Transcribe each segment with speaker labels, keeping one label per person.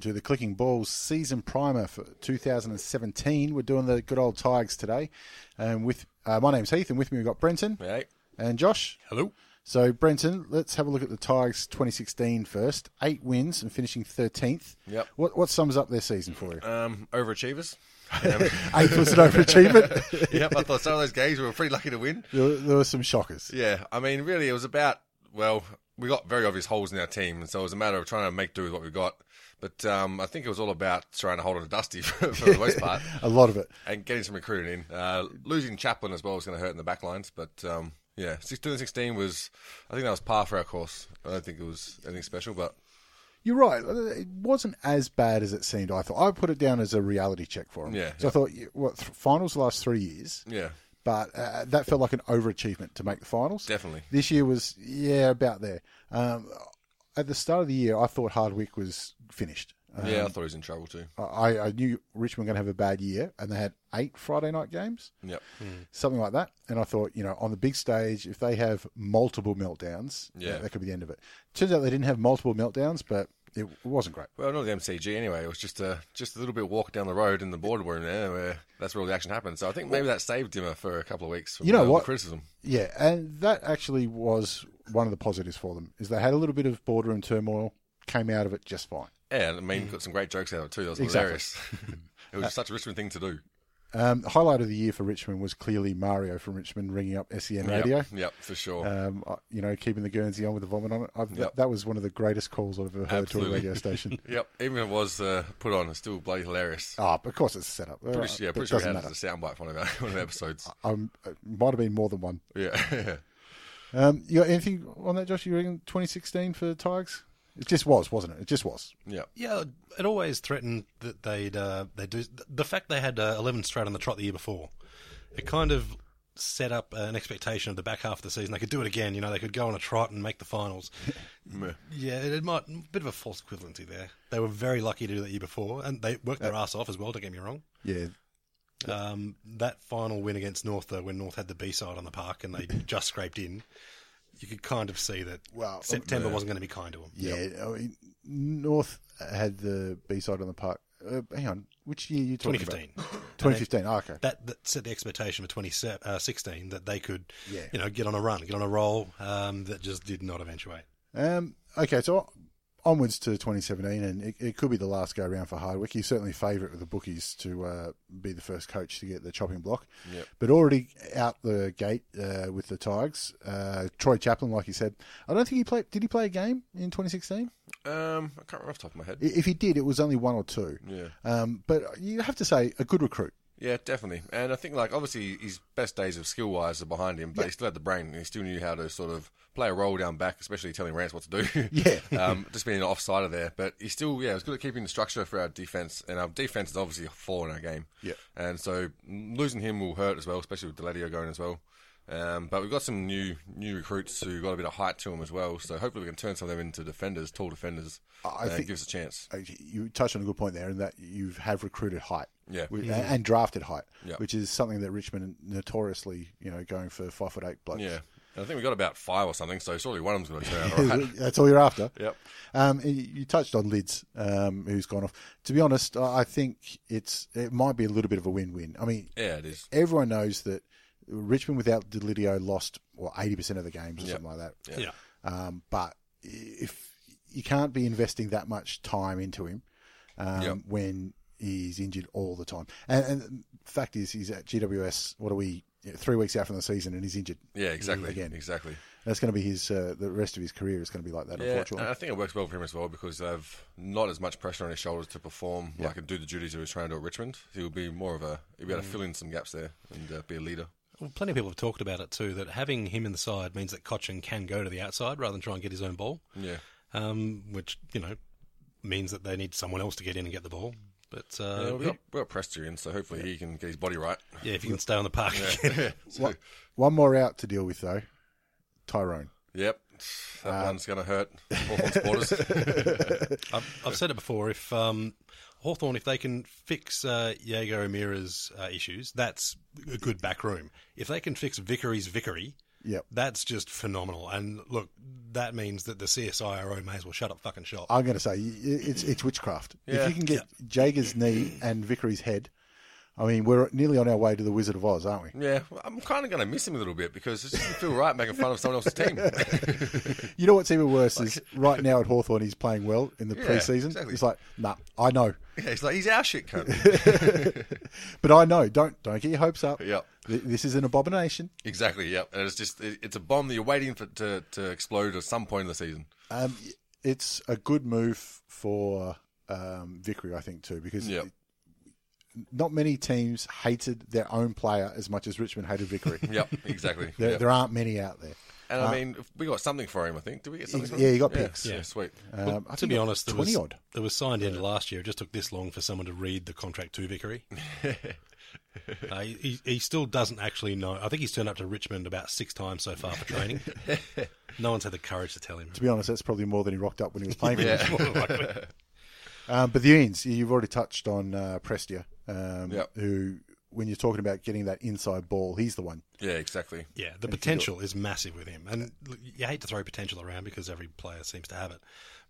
Speaker 1: to the Clicking Balls season primer for 2017. We're doing the good old Tigers today, and with uh, my name's Heath, and with me we've got Brenton
Speaker 2: Hey.
Speaker 1: and Josh.
Speaker 2: Hello.
Speaker 1: So Brenton, let's have a look at the Tigers 2016 first. Eight wins and finishing 13th.
Speaker 2: Yep.
Speaker 1: What what sums up their season for you?
Speaker 2: Um, overachievers.
Speaker 1: Eighth was an overachievement.
Speaker 2: yep, I thought some of those games we were pretty lucky to win.
Speaker 1: there, were, there were some shockers.
Speaker 2: Yeah, I mean, really, it was about, well, we got very obvious holes in our team, and so it was a matter of trying to make do with what we got. But um, I think it was all about trying to hold on to Dusty for, for the most part
Speaker 1: A lot of it.
Speaker 2: and getting some recruiting in. Uh, losing Chaplin as well was going to hurt in the back lines, but um, yeah, 16 16 was, I think that was par for our course. I don't think it was anything special, but
Speaker 1: You're right. Uh, It wasn't as bad as it seemed. I thought I put it down as a reality check for him.
Speaker 2: Yeah,
Speaker 1: So I thought, you- what th- finals the last three years,
Speaker 2: yeah,
Speaker 1: but uh, that felt like an overachievement to make the finals.
Speaker 2: Definitely.
Speaker 1: This year was yeah about there. Um, at the start of the year, I thought Hardwick was finished. Uh,
Speaker 2: yeah, I thought he was in trouble too.
Speaker 1: I, I knew Richmond were going to have a bad year, and they had eight Friday night games,
Speaker 2: Yep.
Speaker 1: something like that. And I thought, you know, on the big stage, if they have multiple meltdowns, uh,
Speaker 2: Yeah.
Speaker 1: that, that could be the end of it. Turns out they didn't have multiple meltdowns, but it wasn't great.
Speaker 2: Well, not the MCG anyway. It was just a just a little bit walk down the road in the boardroom there, where that's where all the action happened. So I think maybe that saved him for a couple of weeks. From
Speaker 1: You know
Speaker 2: all the
Speaker 1: what?
Speaker 2: criticism?
Speaker 1: Yeah, and that actually was one of the positives for them is they had a little bit of boardroom turmoil, came out of it just fine.
Speaker 2: Yeah, I mean, got some great jokes out of it too. That was
Speaker 1: Exactly. Uh,
Speaker 2: hilarious. it was such a Richmond thing to do.
Speaker 1: Um, the highlight of the year for Richmond was clearly Mario from Richmond ringing up SEN Radio.
Speaker 2: Yep, yep for sure.
Speaker 1: Um, uh, you know, keeping the Guernsey on with the vomit on it. I've, that,
Speaker 2: Yep.
Speaker 1: that was one of the greatest calls I've ever heard to
Speaker 2: Absolutely.
Speaker 1: a radio station.
Speaker 2: yep, even if it was uh, put on, it's still bloody hilarious.
Speaker 1: Ah, but of course it's set up.
Speaker 2: pretty, sure- yeah,
Speaker 1: It
Speaker 2: pretty sure
Speaker 1: doesn't
Speaker 2: we had it
Speaker 1: matter.
Speaker 2: as a soundbite for one of our one of the episodes.
Speaker 1: Um, it might have been more than one.
Speaker 2: Yeah,
Speaker 1: Um, you got anything on that, Josh? You reckon 2016 for the Tigers? It just was, wasn't it? It just was.
Speaker 2: yep.
Speaker 3: Yeah, it always threatened that they'd uh, they do the fact they had uh, eleven straight on the trot the year before. It kind of set up an expectation of the back half of the season they could do it again. You know, they could go on a trot and make the finals. yeah, it, it might bit of a false equivalency there. They were very lucky to do that year before, and they worked their ass off as well. Don't get me wrong.
Speaker 1: Yeah,
Speaker 3: Um, that final win against North, though, when North had the B side on the park and they just scraped in, you could kind of see that
Speaker 1: Well, uh,
Speaker 3: September wasn't going to be kind to them.
Speaker 1: yeah. I mean, North had the B side on the park. Uh, hang on, which year are you talking
Speaker 3: 2015.
Speaker 1: about? 2015. Oh, okay.
Speaker 3: that, that set the expectation for 2016 uh, 16 that they could,
Speaker 1: Yeah.
Speaker 3: you know, get on a run, get on a roll. Um, that just did not eventuate.
Speaker 1: Um, okay, so onwards to 2017, and it, it could be the last go round for Hardwick. He's certainly favourite with the bookies to uh, be the first coach to get the chopping block.
Speaker 2: Yep.
Speaker 1: But already out the gate uh, with the Tigers, uh, Troy Chaplin, like you said, I don't think he played. Did he play a game in 2016?
Speaker 2: Um, I can't remember off the top of my head.
Speaker 1: I- If he did, it was only one or two.
Speaker 2: Yeah.
Speaker 1: Um, but you have to say a good recruit.
Speaker 2: Yeah, definitely. And I think, like, obviously, his best days of skill wise are behind him, but he still had the brain. and He still knew how to sort of play a role down back, especially telling Rance what to do.
Speaker 1: Yeah.
Speaker 2: um, just being offside of there. But he still, yeah, he was good at keeping the structure for our defense. And our defense is obviously fallen in our game.
Speaker 1: Yeah.
Speaker 2: And so losing him will hurt as well, especially with Deladio going as well. Um, but we've got some new new recruits who got a bit of height to them as well. So hopefully we can turn some of them into defenders, tall defenders.
Speaker 1: I
Speaker 2: and
Speaker 1: think-
Speaker 2: give us a chance.
Speaker 1: Uh, You touched on a good point there, in that you have recruited height.
Speaker 2: Yeah.
Speaker 1: Wi- a- and drafted height,
Speaker 2: Yeah.
Speaker 1: which is something that Richmond notoriously, you know, going for five foot eight blokes.
Speaker 2: Yeah. And I think we got about five or something, so surely one of them's going to turn out all right.
Speaker 1: That's all you're after.
Speaker 2: Yep.
Speaker 1: Um, and you you touched on Lids, um, who's gone off. To be honest, I I think it's it might be a little bit of a win-win. I mean,
Speaker 2: Yeah, it is.
Speaker 1: everyone knows that Richmond without Delidio lost well eighty percent of the games or
Speaker 2: Yep.
Speaker 1: something like that.
Speaker 2: Yeah.
Speaker 1: Um, but if you can't be investing that much time into him um,
Speaker 2: Yep.
Speaker 1: when he's injured all the time, and, and the fact is, he's at GWS. What are we? you know, Three weeks out from the season, and he's injured.
Speaker 2: Yeah, exactly.
Speaker 1: Again.
Speaker 2: Exactly.
Speaker 1: That's going to be his. Uh, the rest of his career is going to be like that.
Speaker 2: Yeah,
Speaker 1: unfortunately.
Speaker 2: and I think it works well for him as well because they've not as much pressure on his shoulders to perform like and do the duties he was trying to do at Richmond. He'll be more of a he'll be able to fill in some gaps there and uh, be a leader.
Speaker 3: Well, plenty of people have talked about it too. That having him in the side means that Cochin can go to the outside rather than try and get his own ball,
Speaker 2: Yeah,
Speaker 3: um, which you know means that they need someone else to get in and get the ball. But uh,
Speaker 2: yeah
Speaker 3: yeah,
Speaker 2: we've, got, we've got Presterian, so hopefully he can get his body right.
Speaker 3: if you can stay on the park, again.
Speaker 2: So,
Speaker 1: One- one more out to deal with though, Tyrone.
Speaker 2: Yep, that one's going to hurt Hawthorn supporters.
Speaker 3: I've, I've said it before. If um, Hawthorn, if they can fix uh, Diego O'Meara's uh, issues, that's a good back room. If they can fix Vickery's Vickery,
Speaker 1: Yep.
Speaker 3: That's just phenomenal. And look, that means that the CSIRO may as well shut up fucking shop.
Speaker 1: I'm going to say y- it's it's witchcraft.
Speaker 2: Yeah.
Speaker 1: If you can get Jager's knee and Vickery's head, I mean, we're nearly on our way to the Wizard of Oz, aren't we?
Speaker 2: Yeah, well, I'm kind of going to miss him a little bit because it doesn't feel right making fun of someone else's team.
Speaker 1: You know what's even worse is right now at Hawthorn he's playing well in the
Speaker 2: Yeah,
Speaker 1: preseason.
Speaker 2: exactly.
Speaker 1: It's like, nah, I know,
Speaker 2: yeah, he's like, he's our shit cunt.
Speaker 1: but I know. Don't don't get your hopes up.
Speaker 2: Yep.
Speaker 1: Th- This is an abomination.
Speaker 2: Exactly. Yeah, and it's just it, it's a bomb that you're waiting for to, to explode at some point in the season.
Speaker 1: Um, it's a good move for um, Vickery, I think, too, because
Speaker 2: Yep.
Speaker 1: not many teams hated their own player as much as Richmond hated Vickery.
Speaker 2: Yep. Exactly.
Speaker 1: there,
Speaker 2: Yep.
Speaker 1: there aren't many out there.
Speaker 2: And I mean, we got something for him. I think. Did we get something?
Speaker 1: Ex-
Speaker 2: for
Speaker 1: yeah,
Speaker 2: him?
Speaker 1: you got picks.
Speaker 2: Yeah.
Speaker 3: Yeah.
Speaker 2: Sweet.
Speaker 1: Um, I
Speaker 3: to
Speaker 1: think
Speaker 3: be
Speaker 1: like
Speaker 3: honest, there
Speaker 1: twenty
Speaker 3: was,
Speaker 1: odd.
Speaker 3: It was signed in last year. It just took this long for someone to read the contract to Vickery. uh, he, he still doesn't actually know. I think he's turned up to Richmond about six times so far for training. no one's had the courage to tell him.
Speaker 1: To be honest, that's probably more than he rocked up when he was playing. for
Speaker 2: Yeah.
Speaker 1: them. Um, but the Ians, you've already touched on uh, Prestia, um,
Speaker 2: Yep.
Speaker 1: who, when you're talking about getting that inside ball, he's the one.
Speaker 2: yeah. Exactly.
Speaker 3: Yeah, the potential is massive with him, and look, you hate to throw potential around because every player seems to have it,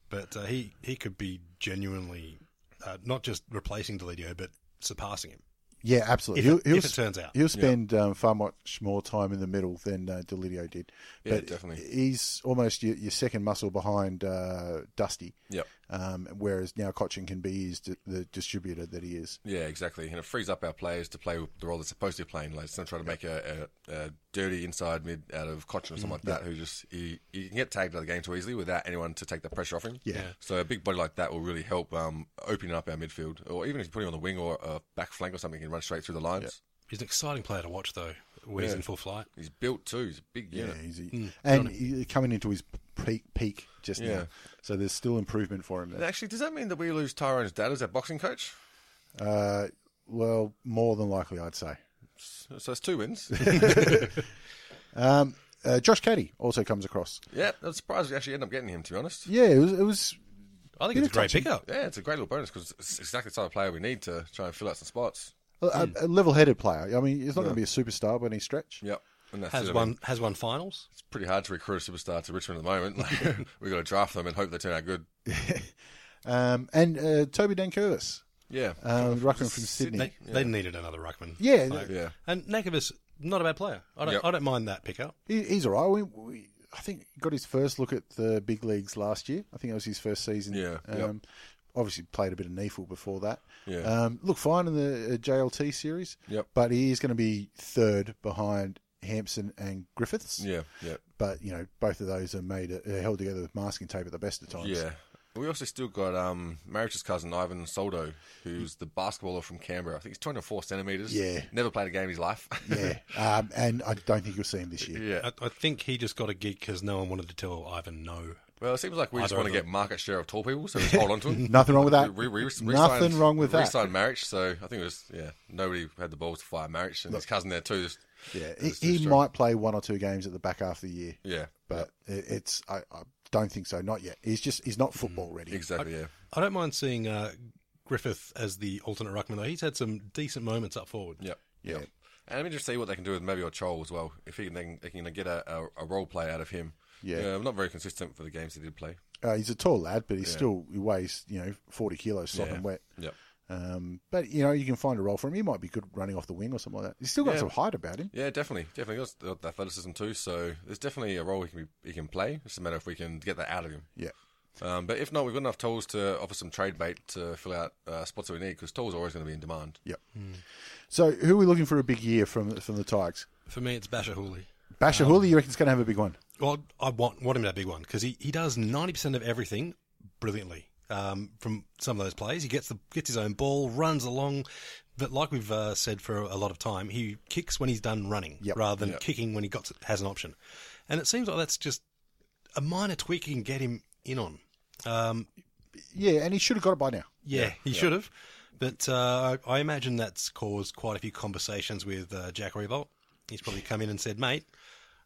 Speaker 3: but uh, he he could be genuinely uh, not just replacing Delidio, but surpassing him.
Speaker 1: Yeah, absolutely.
Speaker 3: If
Speaker 1: he'll,
Speaker 3: it-
Speaker 1: he'll
Speaker 3: if it
Speaker 1: s-
Speaker 3: turns out.
Speaker 1: he'll spend um, far much more time in the middle than uh, Delidio did.
Speaker 2: Yeah,
Speaker 1: but
Speaker 2: definitely.
Speaker 1: He's almost your, your second muscle behind uh, Dusty.
Speaker 2: Yep.
Speaker 1: Um, whereas now Cochin can be his, the distributor that he is.
Speaker 2: Yeah, exactly. And it frees up our players to play the role they're supposed to be playing. Like, instead of trying to make a, a, a dirty inside mid out of Cochin or something like
Speaker 1: Mm,
Speaker 2: that, who just he, he can get tagged out of the game too easily without anyone to take the pressure off him.
Speaker 1: Yeah.
Speaker 2: So a big body like that will really help um, opening up our midfield, or even if you put him on the wing or a back flank or something, he can run straight through the lines.
Speaker 3: He's an exciting player to watch, though, when he's in full flight.
Speaker 2: He's built too. He's a big
Speaker 1: Yeah,
Speaker 2: unit.
Speaker 1: he's a- and he, coming into his peak, peak just
Speaker 2: Hmm. Yeah.
Speaker 1: now. So there's still improvement for him there.
Speaker 2: And actually, does that mean that we lose Tyrone's dad as our boxing coach?
Speaker 1: Uh, well, more than likely, I'd say.
Speaker 2: So it's two wins.
Speaker 1: Um, uh, Josh Caddy also comes across.
Speaker 2: yeah, I'm surprised we actually end up getting him. To be honest,
Speaker 1: Yeah, it was. It was
Speaker 3: I think it's a great pickup.
Speaker 2: yeah, it's a great little bonus because it's exactly the type of player we need to try and fill out some spots.
Speaker 1: a,
Speaker 2: Hmm.
Speaker 1: a- a level-headed player. I mean, he's not going to be a superstar by any stretch.
Speaker 2: Yep, and that's it. I
Speaker 3: Has
Speaker 2: mean,
Speaker 3: won has won finals.
Speaker 2: it's pretty hard to recruit a superstar to Richmond at the moment. Like, we got to draft them and hope they turn out good.
Speaker 1: Um, and uh, Toby Dan Curvis,
Speaker 2: Yeah,
Speaker 1: um, ruckman from Sydney.
Speaker 3: They, they needed another ruckman.
Speaker 1: Yeah, uh,
Speaker 2: yeah.
Speaker 3: and Nakovic not a bad player. I don't
Speaker 2: Yep.
Speaker 3: I don't mind that pickup.
Speaker 1: he, he's all right. We, we, I think he got his first look at the big leagues last year. I think it was his first season.
Speaker 2: Yeah,
Speaker 1: Um,
Speaker 2: yep.
Speaker 1: Obviously played a bit of NEFL before that.
Speaker 2: Yeah.
Speaker 1: Um, look fine in the uh, JLT series.
Speaker 2: Yep.
Speaker 1: But he is going to be third behind Hampson and Griffiths.
Speaker 2: Yeah, yeah,
Speaker 1: But you know, both of those are made uh, held together with masking tape at the best of times.
Speaker 2: yeah. We also still got um, Marriage's cousin Ivan Soldo, who's the basketballer from Canberra. I think he's 204 centimeters.
Speaker 1: Yeah.
Speaker 2: never played a game in his life.
Speaker 1: Yeah. Um, and I don't think you'll see him this year.
Speaker 2: yeah.
Speaker 3: I, I think he just got a gig because no one wanted to tell Ivan no.
Speaker 2: Well, it seems like we just
Speaker 3: Either
Speaker 2: want to
Speaker 3: of
Speaker 2: get market share of tall people, so just hold on to them.
Speaker 1: Nothing wrong with that.
Speaker 2: We, we, we
Speaker 1: Nothing wrong with
Speaker 2: We
Speaker 1: that.
Speaker 2: signed marriage, so I think it was yeah. Nobody had the balls to fire marriage, and his cousin there too. Just,
Speaker 1: Yeah,
Speaker 2: It's
Speaker 1: he,
Speaker 2: just
Speaker 1: he
Speaker 2: true.
Speaker 1: might play one or two games at the back half of the year,
Speaker 2: yeah,
Speaker 1: but it, it's I, I don't think so. Not yet. He's just he's not football ready.
Speaker 2: exactly. Yeah,
Speaker 3: I don't mind seeing uh, Griffith as the alternate ruckman though. He's had some decent moments up forward.
Speaker 2: yep, yep. And let me just see what they can do with maybe Ochol as well. If he can, they can, they can get a, a, a role play out of him.
Speaker 1: Yeah.
Speaker 2: not very consistent for the games he did play.
Speaker 1: Uh, he's a tall lad, but he's still he weighs you know forty kilos sopping
Speaker 2: Yeah.
Speaker 1: wet.
Speaker 2: Yep.
Speaker 1: Um, but you know you can find a role for him. He might be good running off the wing or something like that. He's still got
Speaker 2: Yeah.
Speaker 1: some height about him.
Speaker 2: Yeah, definitely, definitely. He's got the athleticism too, so there's definitely a role he can be, he can play. It's a matter if we can get that out of him.
Speaker 1: Yeah,
Speaker 2: Um, but if not, we've got enough tools to offer some trade bait to fill out uh, spots that we need because tools are always going to be in demand.
Speaker 1: yep. So who are we looking for a big year from from the Tigers?
Speaker 3: For me, it's Basher Hooley.
Speaker 1: Basher Hooley, you reckon's going to have a big one?
Speaker 3: Well, I want want him to have a big one because he, he does ninety percent of everything brilliantly. Um, from some of those plays, he gets the gets his own ball, runs along, but like we've uh, said for a lot of time, he kicks when he's done running
Speaker 1: Yep.
Speaker 3: rather than
Speaker 2: Yep.
Speaker 3: kicking when he got has an option. And it seems like that's just a minor tweak you can get him in on. Um,
Speaker 1: Yeah, and he should have got it by now.
Speaker 3: yeah, he should have, but uh, I I imagine that's caused quite a few conversations with uh, Jack Revolt. He's probably come in and said, "Mate,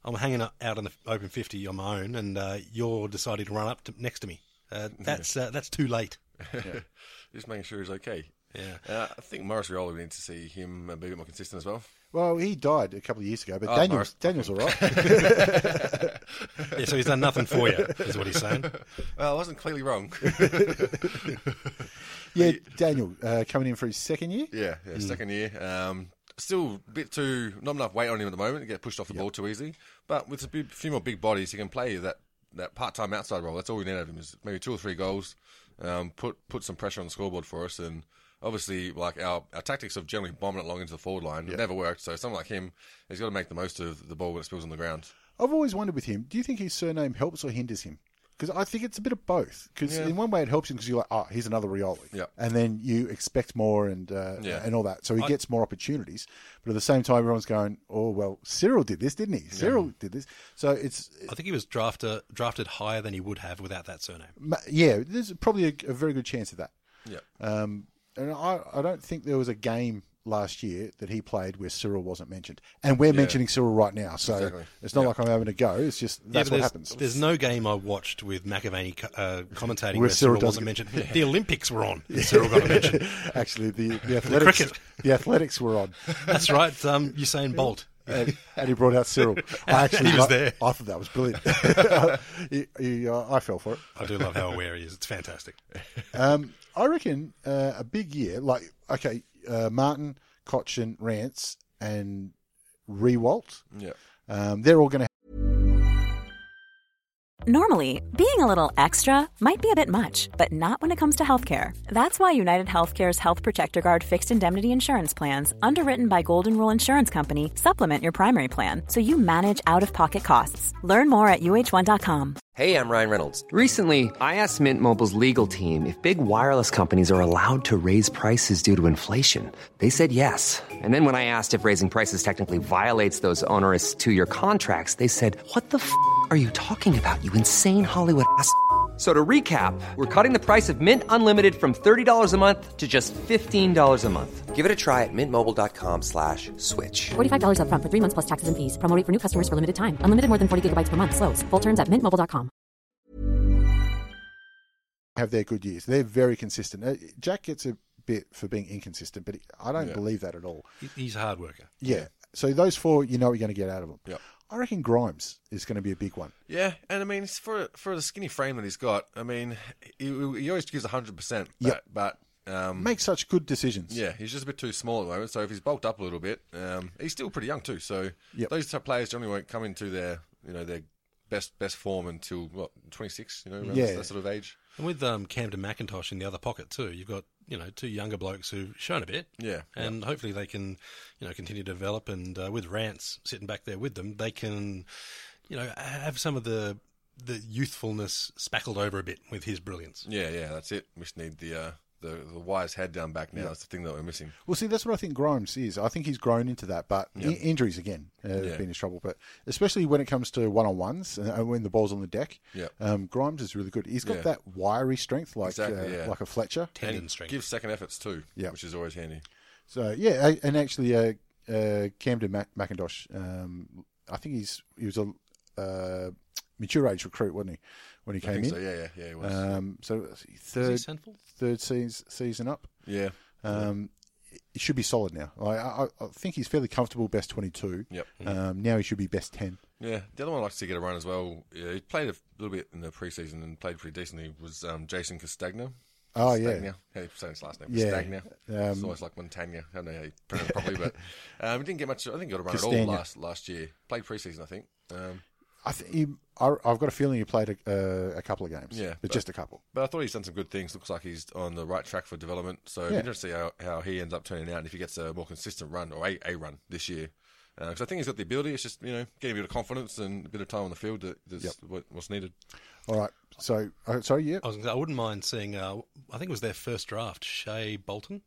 Speaker 3: I'm hanging out out in the open fifty on my own, and uh, you're deciding to run up to, next to me. Uh, that's uh, that's too late."
Speaker 2: Just making sure he's okay.
Speaker 3: Yeah.
Speaker 2: Uh, I think Morris Riola, we need to see him a bit more consistent as well.
Speaker 1: Well, he died a couple of years ago, but
Speaker 2: Oh,
Speaker 1: Daniel's
Speaker 2: Morris.
Speaker 1: Daniel's all right.
Speaker 3: Yeah, so he's done nothing for you, is what he's saying.
Speaker 2: Well, Uh, I wasn't clearly wrong.
Speaker 1: yeah, Daniel uh, coming in for his second year.
Speaker 2: yeah, yeah second year. Um, still a bit too, not enough weight on him at the moment. Get pushed off the ball too easy. But with a big- few more big bodies, he can play that, that part time outside role. That's all we need out of him is maybe two or three goals. Um, put put some pressure on the scoreboard for us. And obviously, like our, our tactics of generally bombing it long into the forward line it never worked. So someone like him, he's got to make the most of the ball when it spills on the ground.
Speaker 1: I've always wondered with him. Do you think his surname helps or hinders him? Because I think it's a bit of both. Because in one way it helps him because you're like, oh, he's another Rioli,
Speaker 2: Yeah.
Speaker 1: and then you expect more and uh,
Speaker 2: Yeah.
Speaker 1: and all that, so he gets more opportunities. But at the same time, everyone's going, oh well, Cyril did this, didn't he? Cyril did this, so it's
Speaker 3: I think he was drafted drafted higher than he would have without that surname.
Speaker 1: Ma- yeah, there's probably a, a very good chance of that.
Speaker 2: Yeah.
Speaker 1: Um, and I, I don't think there was a game last year that he played where Cyril wasn't mentioned. And we're mentioning Cyril right now, so
Speaker 2: Exactly.
Speaker 1: it's not like I'm having a go. It's just that's what
Speaker 3: Yeah, but there's,
Speaker 1: happens.
Speaker 3: There's no game I watched with McAvaney co- uh, commentating
Speaker 1: Where
Speaker 3: where
Speaker 1: Cyril
Speaker 3: Cyril wasn't mentioned. The Olympics were on. and Cyril got a mention.
Speaker 1: Actually, the, the athletics
Speaker 3: cricket.
Speaker 1: the athletics were on,
Speaker 3: That's right. Um, Usain Bolt.
Speaker 1: and, and he brought out Cyril. I actually
Speaker 3: He was
Speaker 1: I-
Speaker 3: there.
Speaker 1: I thought that was brilliant. I, he- uh, I fell for it.
Speaker 3: I do love how aware he is. It's fantastic.
Speaker 1: Um, I reckon uh, a big year, like okay, uh, Martin, Cochin, Rance, and Rewalt.
Speaker 2: Yeah.
Speaker 1: Um, they're all going to
Speaker 4: Normally, being a little extra might be a bit much, but not when it comes to healthcare. That's why United Healthcare's Health Protector Guard fixed indemnity insurance plans, underwritten by Golden Rule Insurance Company, supplement your primary plan so you manage out of pocket costs. Learn more at uh1.com.
Speaker 5: Hey, I'm Ryan Reynolds. Recently, I asked Mint Mobile's legal team if big wireless companies are allowed to raise prices due to inflation. They said yes. And then when I asked if raising prices technically violates those onerous two year contracts, they said, What the f are you talking about, you insane Hollywood ass? f- So to recap, we're cutting the price of Mint Unlimited from $30 a month to just $15 a month. Give it a try at mintmobile.com slash switch.
Speaker 6: $45 upfront for three months plus taxes and fees. Promo rate for new customers for limited time. Unlimited more than 40 gigabytes per month. Slows. Full terms at mintmobile.com.
Speaker 1: have their good years. They're very consistent. Uh, Jack gets a bit for being inconsistent, but I don't believe that at all.
Speaker 3: He- He's a hard worker.
Speaker 1: Yeah. So those four, you know what you're going to get out of them.
Speaker 2: Yep.
Speaker 1: I reckon Grimes is going to be a big one.
Speaker 2: Yeah, and I mean, it's for for the skinny frame that he's got, I mean, he, he always gives hundred percent.
Speaker 1: Yep.
Speaker 2: But um,
Speaker 1: Makes such good decisions.
Speaker 2: yeah, he's just a bit too small at the moment. So if he's bulked up a little bit, um, he's still pretty young too. So
Speaker 1: Yep.
Speaker 2: those type of players generally won't come into their you know their best best form until what twenty six, you know, around
Speaker 1: Yeah.
Speaker 2: that sort of age.
Speaker 3: And with um, Camden McIntosh in the other pocket too, you've got you know two younger blokes who've shown a bit,
Speaker 2: Yeah.
Speaker 3: and hopefully they can you know continue to develop. And uh, with Rance sitting back there with them, they can you know have some of the the youthfulness spackled over a bit with his brilliance.
Speaker 2: Yeah, yeah, that's it. We just need the uh, the, the wise head down back now. That's the thing that we're missing.
Speaker 1: Well, see, that's what I think Grimes is. I think he's grown into that, but i- injuries again uh, have
Speaker 2: Yeah.
Speaker 1: been his trouble. But especially when it comes to one on ones and when the ball's on the deck,
Speaker 2: Yeah.
Speaker 1: um, Grimes is really good. He's got
Speaker 2: Yeah.
Speaker 1: that wiry strength, like
Speaker 2: Exactly,
Speaker 1: uh,
Speaker 2: yeah.
Speaker 1: like a Fletcher.
Speaker 3: Tendon
Speaker 2: And
Speaker 3: strength.
Speaker 2: Give second efforts too.
Speaker 1: Yeah.
Speaker 2: Which is always handy.
Speaker 1: So yeah, I- and actually, uh, uh, Camden Mac- McIntosh, um, I think he's he was a uh, mature age recruit, wasn't he, when he
Speaker 2: I
Speaker 1: came in?
Speaker 2: think so. Yeah, yeah, yeah. It was.
Speaker 1: Um, so
Speaker 3: Is he
Speaker 1: third
Speaker 3: sinful?
Speaker 1: third season, season up.
Speaker 2: yeah.
Speaker 1: Um, it should be solid now. Like, I, I I think he's fairly comfortable best twenty two.
Speaker 2: Yep.
Speaker 1: Um, now he should be best ten.
Speaker 2: Yeah, the other one I like to see get a run as well. Yeah, he played a little bit in the preseason and played pretty decently. Was um, Jason Castagna?
Speaker 1: Oh
Speaker 2: Stagna.
Speaker 1: yeah,
Speaker 2: How you say his last name?
Speaker 1: Yeah.
Speaker 2: Castagna.
Speaker 1: Um,
Speaker 2: it's almost like Montagna. I don't know how you pronounce it properly, but um, he didn't get much. I think he got a run at
Speaker 1: Castagna.
Speaker 2: all last last year. Played preseason, I think. Um,
Speaker 1: I think he, I, I've got a feeling he played a, uh, a couple of games.
Speaker 2: Yeah,
Speaker 1: but,
Speaker 2: but-
Speaker 1: just a couple.
Speaker 2: but I thought he's done some good things. Looks like he's on the right track for development. So it'll be
Speaker 1: Yeah.
Speaker 2: interesting to see how, how he ends up turning out and if he gets a more consistent run or a, a run this year. Because I think he's got the ability. It's just you know getting a bit of confidence and a bit of time on the field that, that's what, what's needed.
Speaker 1: All right. So uh, sorry. Yeah.
Speaker 3: I, was gonna say, I wouldn't mind seeing. Uh, I think it was their first draft, Shea Bolton.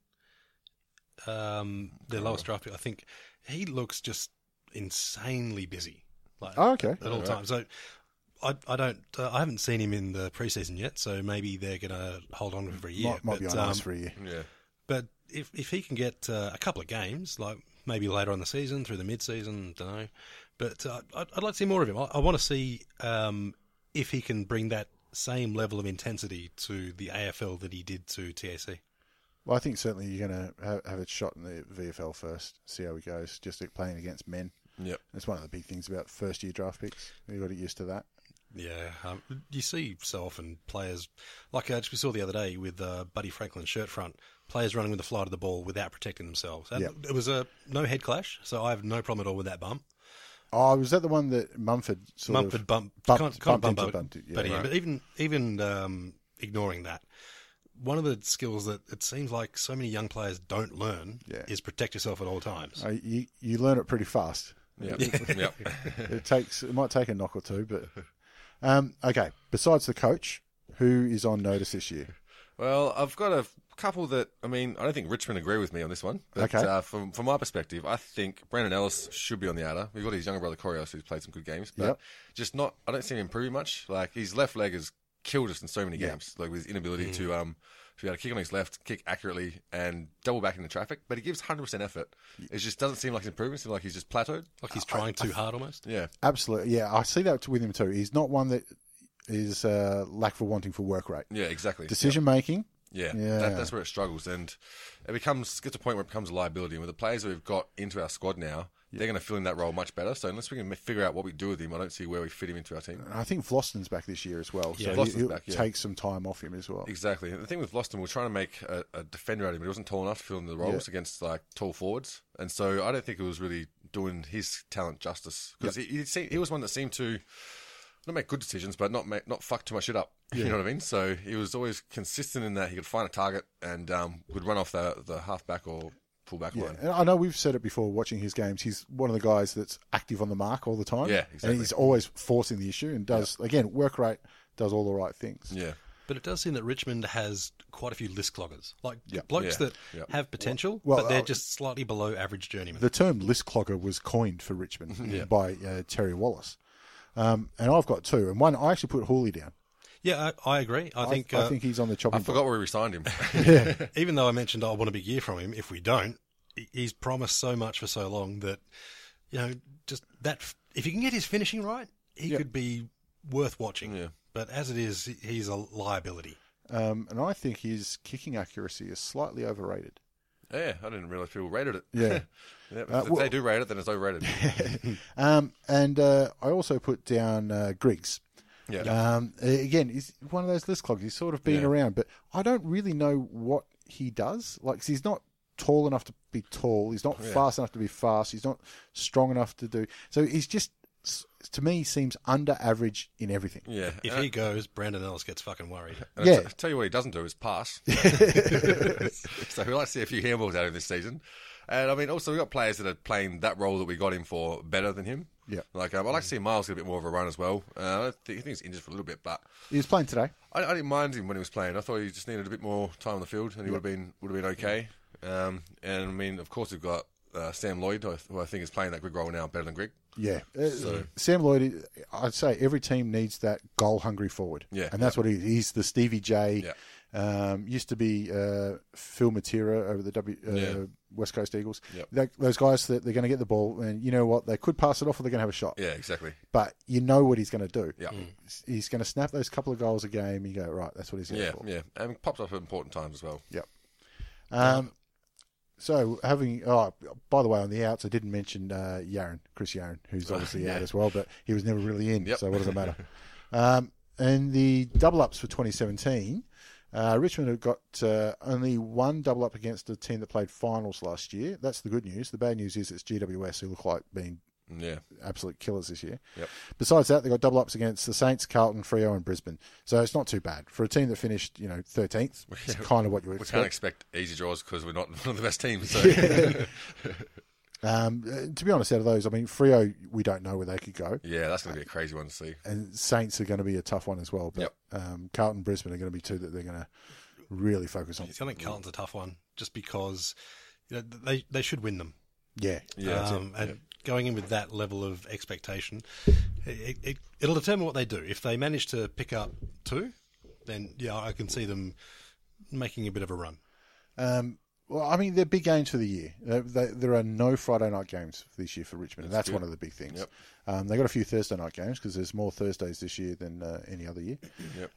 Speaker 3: Um, their lowest draft pick. I think he looks just insanely busy. Like
Speaker 1: Oh, okay.
Speaker 3: at all times. So I, I don't. Uh, I haven't seen him in the preseason yet. So maybe they're going to hold on for a year.
Speaker 1: might, might be on
Speaker 3: um,
Speaker 1: ice for a year.
Speaker 2: Yeah.
Speaker 3: But if if he can get uh, a couple of games, like maybe later on in the season, through the mid season, don't know. But uh, I'd, I'd like to see more of him. I, I want to see um, if he can bring that same level of intensity to the AFL that he did to TAC.
Speaker 1: Well, I think certainly you're going to have, have it shot in the VFL first, see how it goes, just like playing against men.
Speaker 2: Yep.
Speaker 1: That's one of the big things about first year draft picks. You've got to get used to that.
Speaker 3: Yeah, um, you see so often players, like uh, we saw the other day with uh, Buddy Franklin's shirt front, players running with the flight of the ball without protecting themselves. And
Speaker 1: Yeah.
Speaker 3: It was a no head clash, so I have no problem at all with that bump.
Speaker 1: Oh, was that the one that Mumford sort
Speaker 3: Mumford
Speaker 1: of
Speaker 3: bump,
Speaker 1: bumped,
Speaker 3: kind, kind
Speaker 1: bumped
Speaker 3: of
Speaker 1: into,
Speaker 3: bump,
Speaker 1: bumped it, yeah,
Speaker 3: but, yeah,
Speaker 1: right.
Speaker 3: but even even um, ignoring that, one of the skills that it seems like so many young players don't learn
Speaker 1: Yeah.
Speaker 3: is protect yourself at all times.
Speaker 1: Uh, you you learn it pretty fast.
Speaker 2: Yep. yep.
Speaker 1: It takes it might take a knock or two, but um, okay. Besides the coach, who is on notice this year?
Speaker 2: Well, I've got a couple that I mean, I don't think Richmond agree with me on this one. But
Speaker 1: Okay.
Speaker 2: uh, from from my perspective, I think Brandon Ellis should be on the outer. We've got his younger brother Corios who's played some good games, but
Speaker 1: Yep.
Speaker 2: just not. I don't see him improving much. Like his left leg has killed us in so many games, like with his inability to um to be able to kick on his left, kick accurately, and double back into traffic. But he gives hundred percent effort. It just doesn't seem like he's improving. It seems like he's just plateaued.
Speaker 3: Like he's trying too hard almost.
Speaker 2: Yeah.
Speaker 1: Absolutely, yeah. I see that with him too. He's not one that is uh, lack for wanting for work rate,
Speaker 2: Yeah. Exactly.
Speaker 1: decision making.
Speaker 2: Yeah,
Speaker 1: Yeah.
Speaker 2: That, that's where it struggles, and it becomes gets to a point where it becomes a liability. And with the players that we've got into our squad now, they're going to fill in that role much better. So unless we can ma- figure out what we do with him, I don't see where we fit him into our team.
Speaker 1: I think Floston's back this year as well, so
Speaker 2: Floston's
Speaker 1: he, will
Speaker 2: back, yeah.
Speaker 1: take some time off him as well.
Speaker 2: Exactly. And the thing with Loston, we we're trying to make a, a defender out of him, but he wasn't tall enough to fill in the roles against like tall forwards, and so I don't think it was really doing his talent justice because he, he, seemed, he was one that seemed to. Not make good decisions, but not make, not fuck too much shit up. You know what I mean. So he was always consistent in that he could find a target and um, would run off the the halfback or fullback
Speaker 1: Yeah,
Speaker 2: line.
Speaker 1: and I know we've said it before. Watching his games, he's one of the guys that's active on the mark all the time.
Speaker 2: Yeah, exactly.
Speaker 1: and he's always forcing the issue and does again work rate does all the right things.
Speaker 2: Yeah,
Speaker 3: But it does seem that Richmond has quite a few list cloggers, like
Speaker 1: Yeah.
Speaker 3: blokes
Speaker 2: Yeah.
Speaker 3: that
Speaker 2: Yeah.
Speaker 3: have potential,
Speaker 1: Well,
Speaker 3: but they're
Speaker 1: uh,
Speaker 3: just slightly below average journeymen.
Speaker 1: The term list clogger was coined for Richmond by uh, Terry Wallace, um, and I've got two. And one, I actually put Hawley down.
Speaker 3: yeah, I, I agree. I
Speaker 1: I
Speaker 3: think,
Speaker 1: I,
Speaker 3: uh,
Speaker 1: think he's on the
Speaker 2: I
Speaker 1: chopping block.
Speaker 2: forgot where we resigned him.
Speaker 3: even though I mentioned I want a big year from him, if we don't, he- he's promised so much for so long that you know, just that if he can get his finishing right, he could be worth watching.
Speaker 2: Yeah.
Speaker 3: But as it is, he- he's a liability.
Speaker 1: Um, and I think his kicking accuracy is slightly overrated.
Speaker 2: yeah, I didn't realize people rated it.
Speaker 1: Yeah.
Speaker 2: Yeah, if
Speaker 1: Uh,
Speaker 2: they
Speaker 1: well-
Speaker 2: do rate it, then it's overrated.
Speaker 1: um, and uh, I also put down uh, Griggs.
Speaker 2: Yeah,
Speaker 1: Um, again, he's one of those list clogs. He's sort of been
Speaker 2: Yeah.
Speaker 1: around, but I don't really know what he does. Like, 'cause he's not tall enough to be tall. He's not fast enough to be fast. He's not strong enough to do. So he's just, s- to me, seems under average in everything.
Speaker 2: yeah.
Speaker 3: If
Speaker 1: Uh,
Speaker 3: he goes, Brandon Ellis gets fucking worried.
Speaker 2: And I
Speaker 1: Yeah.
Speaker 2: t- I tell you what, he doesn't do is pass. so we like to see a few handballs out of him this season. And I mean, also we've got players that are playing that role that we got him for better than him.
Speaker 1: Yeah.
Speaker 2: like um, I like to see Miles get a bit more of a run as well. Uh, I don't think, I think he's injured for a little bit, but
Speaker 1: He was playing today.
Speaker 2: I, I didn't mind him when he was playing. I thought he just needed a bit more time on the field, and he would have been would have been okay. Um, and I mean, of course, we've got uh, Sam Lloyd, who I, who I think is playing that Grig role now better than Grig.
Speaker 1: Yeah. Uh, Sam Lloyd, I'd say every team needs that goal hungry forward.
Speaker 2: Yeah.
Speaker 1: And that's what he is. He's the Stevie J.
Speaker 2: Yeah.
Speaker 1: Um, used to be uh, Phil Matera over the w, uh,
Speaker 2: Yeah.
Speaker 1: West Coast Eagles.
Speaker 2: Yep.
Speaker 1: That- those guys that they're going to get the ball, and you know what? They could pass it off or they're going to have a shot.
Speaker 2: Yeah, exactly.
Speaker 1: But you know what he's going to do.
Speaker 2: Yeah.
Speaker 1: He's going to snap those couple of goals a game. You go, right, that's what he's going
Speaker 2: Yeah,
Speaker 1: for.
Speaker 2: yeah. And popped up at important times as well.
Speaker 1: Yep. Um, so having oh, by the way, on the outs, I didn't mention uh, Yaron, Chris Yaron, who's obviously out as well, but he was never really in.
Speaker 2: Oh, Yep.
Speaker 1: So what does it matter? um, and the double ups for 2017, uh, Richmond have got uh, only one double up against a team that played finals last year. That's the good news. The bad news is it's GWS who look like being
Speaker 2: Yeah.
Speaker 1: absolute killers this year.
Speaker 2: Yep.
Speaker 1: Besides that, they got double ups against the Saints, Carlton, Frio, and Brisbane. So it's not too bad for a team that finished, you know, 13th. It's kind of what you would
Speaker 2: We
Speaker 1: expect.
Speaker 2: can't expect easy draws because we're not one of the best teams. So. yeah.
Speaker 1: Um, uh, to be honest, out of those, I mean, Frio, we don't know where they could go,
Speaker 2: that's going to be a crazy one to see.
Speaker 1: and Saints are going to be a tough one as well. But um, Carlton, Brisbane are going to be two that they're going to really focus on.
Speaker 3: I think Carlton's a tough one, just because you know, they they should win them.
Speaker 1: Yeah,
Speaker 2: Yeah, that's it.
Speaker 3: um, and going in with that level of expectation, it, it, it'll determine what they do. If they manage to pick up two, then yeah, I can see them making a bit of a run.
Speaker 1: Um, well, I mean, they're big games for the year. Uh, they, there are no Friday night games this year for Richmond, and that's one of the big things.
Speaker 2: Yep.
Speaker 1: Um, they got a few Thursday night games because there's more Thursdays this year than uh, any other year.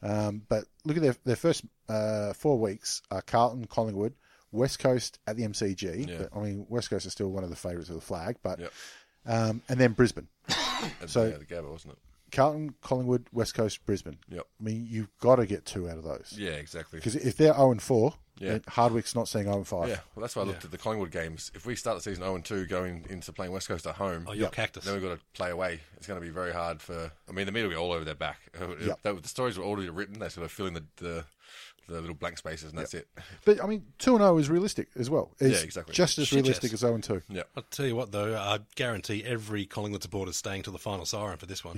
Speaker 1: Um, but look at their their first uh, four weeks: are Carlton, Collingwood, West Coast at the MCG.
Speaker 2: Yeah.
Speaker 1: But, I mean, West Coast is still one of the favourites of the flag, but
Speaker 2: Yep.
Speaker 1: um, and then Brisbane,
Speaker 2: At
Speaker 1: So-
Speaker 2: the, the Gabba, wasn't it?
Speaker 1: Carlton, Collingwood, West Coast, Brisbane.
Speaker 2: Yep.
Speaker 1: I mean, you've got to get two out of those
Speaker 2: Yeah, exactly.
Speaker 1: because if they're zero and four,
Speaker 2: Yeah.
Speaker 1: then Hardwick's not seeing zero and five.
Speaker 2: Yeah, well, that's why I looked at the Collingwood games. If we start the season 0 and 2 going into playing West Coast at home,
Speaker 3: Oh, your cactus.
Speaker 2: then we've got to play away. It's going to be very hard for. I mean, the media will be all over their back. Uh,
Speaker 1: Yep.
Speaker 2: That- the stories were already written. They sort of fill in the, the, the little blank spaces, and that's it.
Speaker 1: But I mean, two and zero is realistic as well. It's
Speaker 2: Yeah, exactly.
Speaker 1: Just as
Speaker 3: Shit, yes.
Speaker 1: realistic as zero and two.
Speaker 2: Yeah.
Speaker 3: I'll tell you what, though, I guarantee every Collingwood supporter is staying till the final siren for this one.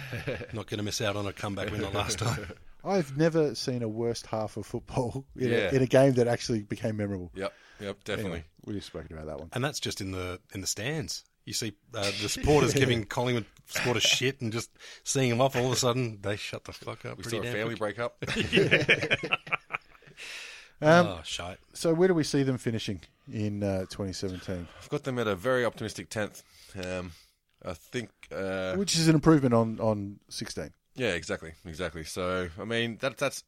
Speaker 3: Not going to miss out on a comeback win like last time.
Speaker 1: I've never seen a worst half of football in,
Speaker 2: Yeah.
Speaker 1: a, in a game that actually became memorable.
Speaker 2: Yep. Yep. Definitely.
Speaker 1: Anyway, we just spoken about that one.
Speaker 3: And that's just in the in the stands. You see uh, the supporters giving Collingwood supporters shit and just seeing them off. All of a sudden, they shut the fuck up.
Speaker 2: We
Speaker 3: pretty
Speaker 2: saw a
Speaker 3: damn
Speaker 2: family
Speaker 3: quick.
Speaker 2: break up.
Speaker 3: oh, shite.
Speaker 1: So where do we see them finishing in uh, 2017?
Speaker 2: I've got them at a very optimistic 10th. Um, I think. Uh,
Speaker 1: Which is an improvement on on 16.
Speaker 2: Yeah, exactly, exactly. So, I mean, that that's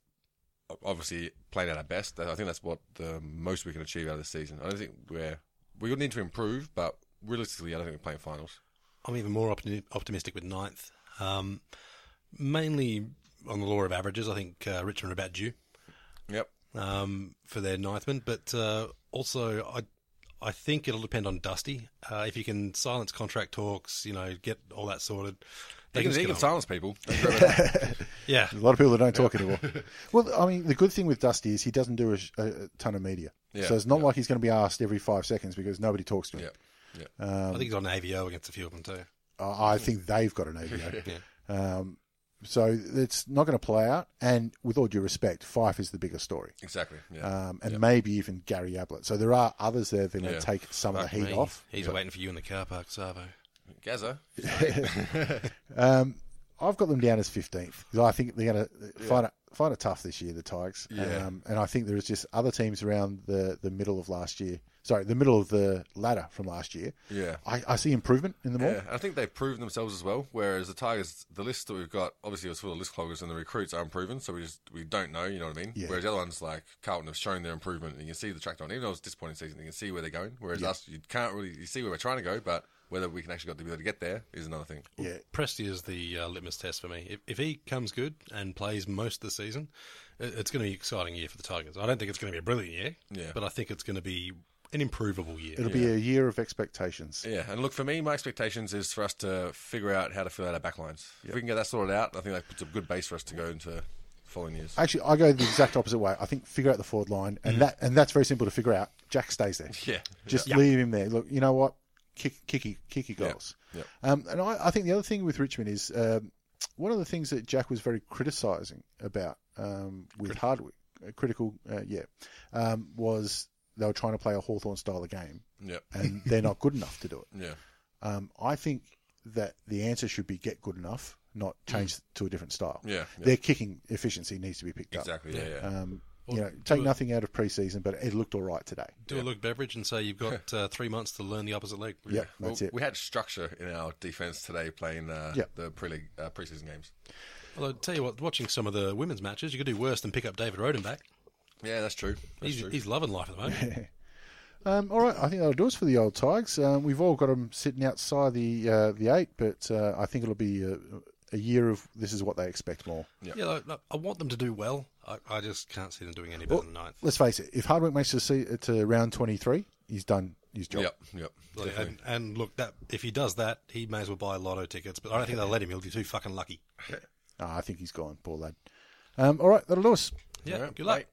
Speaker 2: obviously playing at our best. I think that's what the most we can achieve out of this season. I don't think we're we would need to improve, but realistically, I don't think we're playing finals.
Speaker 3: I'm even more opti- optimistic with ninth, um, mainly on the law of averages. I think uh, Richmond are about due
Speaker 2: Yep.
Speaker 3: um, for their ninth man, but uh, also I I think it'll depend on Dusty. Uh, if you can silence contract talks, you know, get all that sorted.
Speaker 2: They can, Mm.
Speaker 3: just
Speaker 2: they
Speaker 3: get
Speaker 2: can
Speaker 3: on.
Speaker 2: silence people.
Speaker 3: Yeah,
Speaker 1: A lot of people that don't talk anymore. well, I mean, the good thing with Dusty is he doesn't do a, sh- a- a ton of media.
Speaker 2: Yeah.
Speaker 1: so it's not like he's going to be asked every five seconds because nobody talks to him.
Speaker 2: yeah. Yeah.
Speaker 3: I think he's got an AVO against a few of them too.
Speaker 1: I I
Speaker 2: Hmm.
Speaker 1: think they've got an AVO.
Speaker 3: Yeah.
Speaker 1: um, so it's not going to play out. And with all due respect, Fife is the bigger story.
Speaker 2: Exactly. Yeah.
Speaker 1: Um, and maybe even Gary Ablett. So there are others there that are going
Speaker 2: Yeah.
Speaker 1: to take some of the heat
Speaker 3: Me.
Speaker 1: off.
Speaker 3: He's waiting for you in the car park, Savo.
Speaker 2: Gaza.
Speaker 1: Um, I've got them down as 15th. 'cause I think they're going to find it find it tough this year, the Tigers.
Speaker 2: Yeah.
Speaker 1: Um, and I think there is just other teams around the, the middle of last year. Sorry, the middle of the ladder from last year.
Speaker 2: Yeah.
Speaker 1: I, I see improvement in them all.
Speaker 2: Yeah, and I think they've proven themselves as well. Whereas the Tigers, the list that we've got, obviously it was full of list cloggers, and the recruits are unproven, so we just we don't know. You know what I mean?
Speaker 1: Yeah.
Speaker 2: Whereas the other ones, like Carlton, have shown their improvement, and you can see the track on. Even though it's a disappointing season, you can see where they're going. Whereas us, you can't really you see where we're trying to go, but whether we can actually got the ability to get there is another thing.
Speaker 1: Yeah.
Speaker 3: Presty is the uh, litmus test for me. If, if he comes good and plays most of the season, it, it's going to be an exciting year for the Tigers. I don't think it's going to be a brilliant year,
Speaker 2: Yeah.
Speaker 3: but I think it's going to be an improvable year.
Speaker 1: It'll be a year of expectations.
Speaker 2: Yeah, and look for me, my expectations is for us to figure out how to fill out our back lines. If we can get that sorted out, I think that puts a good base for us to go into following years.
Speaker 1: Actually, I go the exact opposite way. I think figure out the forward line, and that and that's very simple to figure out. Jack stays there.
Speaker 2: Mm-hmm. Yeah.
Speaker 1: just leave him there. Look, you know what? Kick, kicky, kicky goals.
Speaker 2: Yeah.
Speaker 1: Um, and I, I think the other thing with Richmond is um, one of the things that Jack was very criticising about um, with Hardwick, uh, critical, uh, yeah, um, was they were trying to play a Hawthorn style of game,
Speaker 2: Yep.
Speaker 1: and they're not good enough to do it.
Speaker 2: Yeah.
Speaker 1: Um, I think that the answer should be get good enough, not change to a different style.
Speaker 2: Mm. Yeah, yeah.
Speaker 1: Their kicking efficiency needs to be picked up.
Speaker 2: Exactly. Yeah. Yeah.
Speaker 1: Um, you know, take nothing out of preseason, but it looked all right today.
Speaker 3: Do a look beverage and say you've got uh, three months to learn the opposite leg.
Speaker 1: Yeah, that's
Speaker 2: well,
Speaker 1: it.
Speaker 2: We had structure in our defense today playing uh,
Speaker 1: Yeah.
Speaker 2: the pre-league uh, preseason games.
Speaker 3: Well, I'll tell you what, watching some of the women's matches, you could do worse than pick up David Roden back.
Speaker 2: Yeah, that's true. That's
Speaker 3: He's,
Speaker 2: true.
Speaker 3: he's loving life at the moment.
Speaker 1: Um, all right, I think that'll do us for the old Tigers. Um, we've all got them sitting outside the uh, the eight, but uh, I think it'll be a, a year of this is what they expect more.
Speaker 3: Yeah, look, look, I want them to do well. I, I just can't see them doing any better than ninth.
Speaker 1: Let's face it, if Hardwick makes it to, see- to round twenty three, he's done his job.
Speaker 2: Yep, yep.
Speaker 3: Look, and, and look, that if he does that, he may as well buy lotto tickets. But I don't think they'll let him. He'll be too fucking lucky.
Speaker 1: Ah, I think he's gone, poor lad. Um, all right, that'll do us.
Speaker 3: Yeah,
Speaker 2: Alright,
Speaker 3: good luck.
Speaker 2: mate.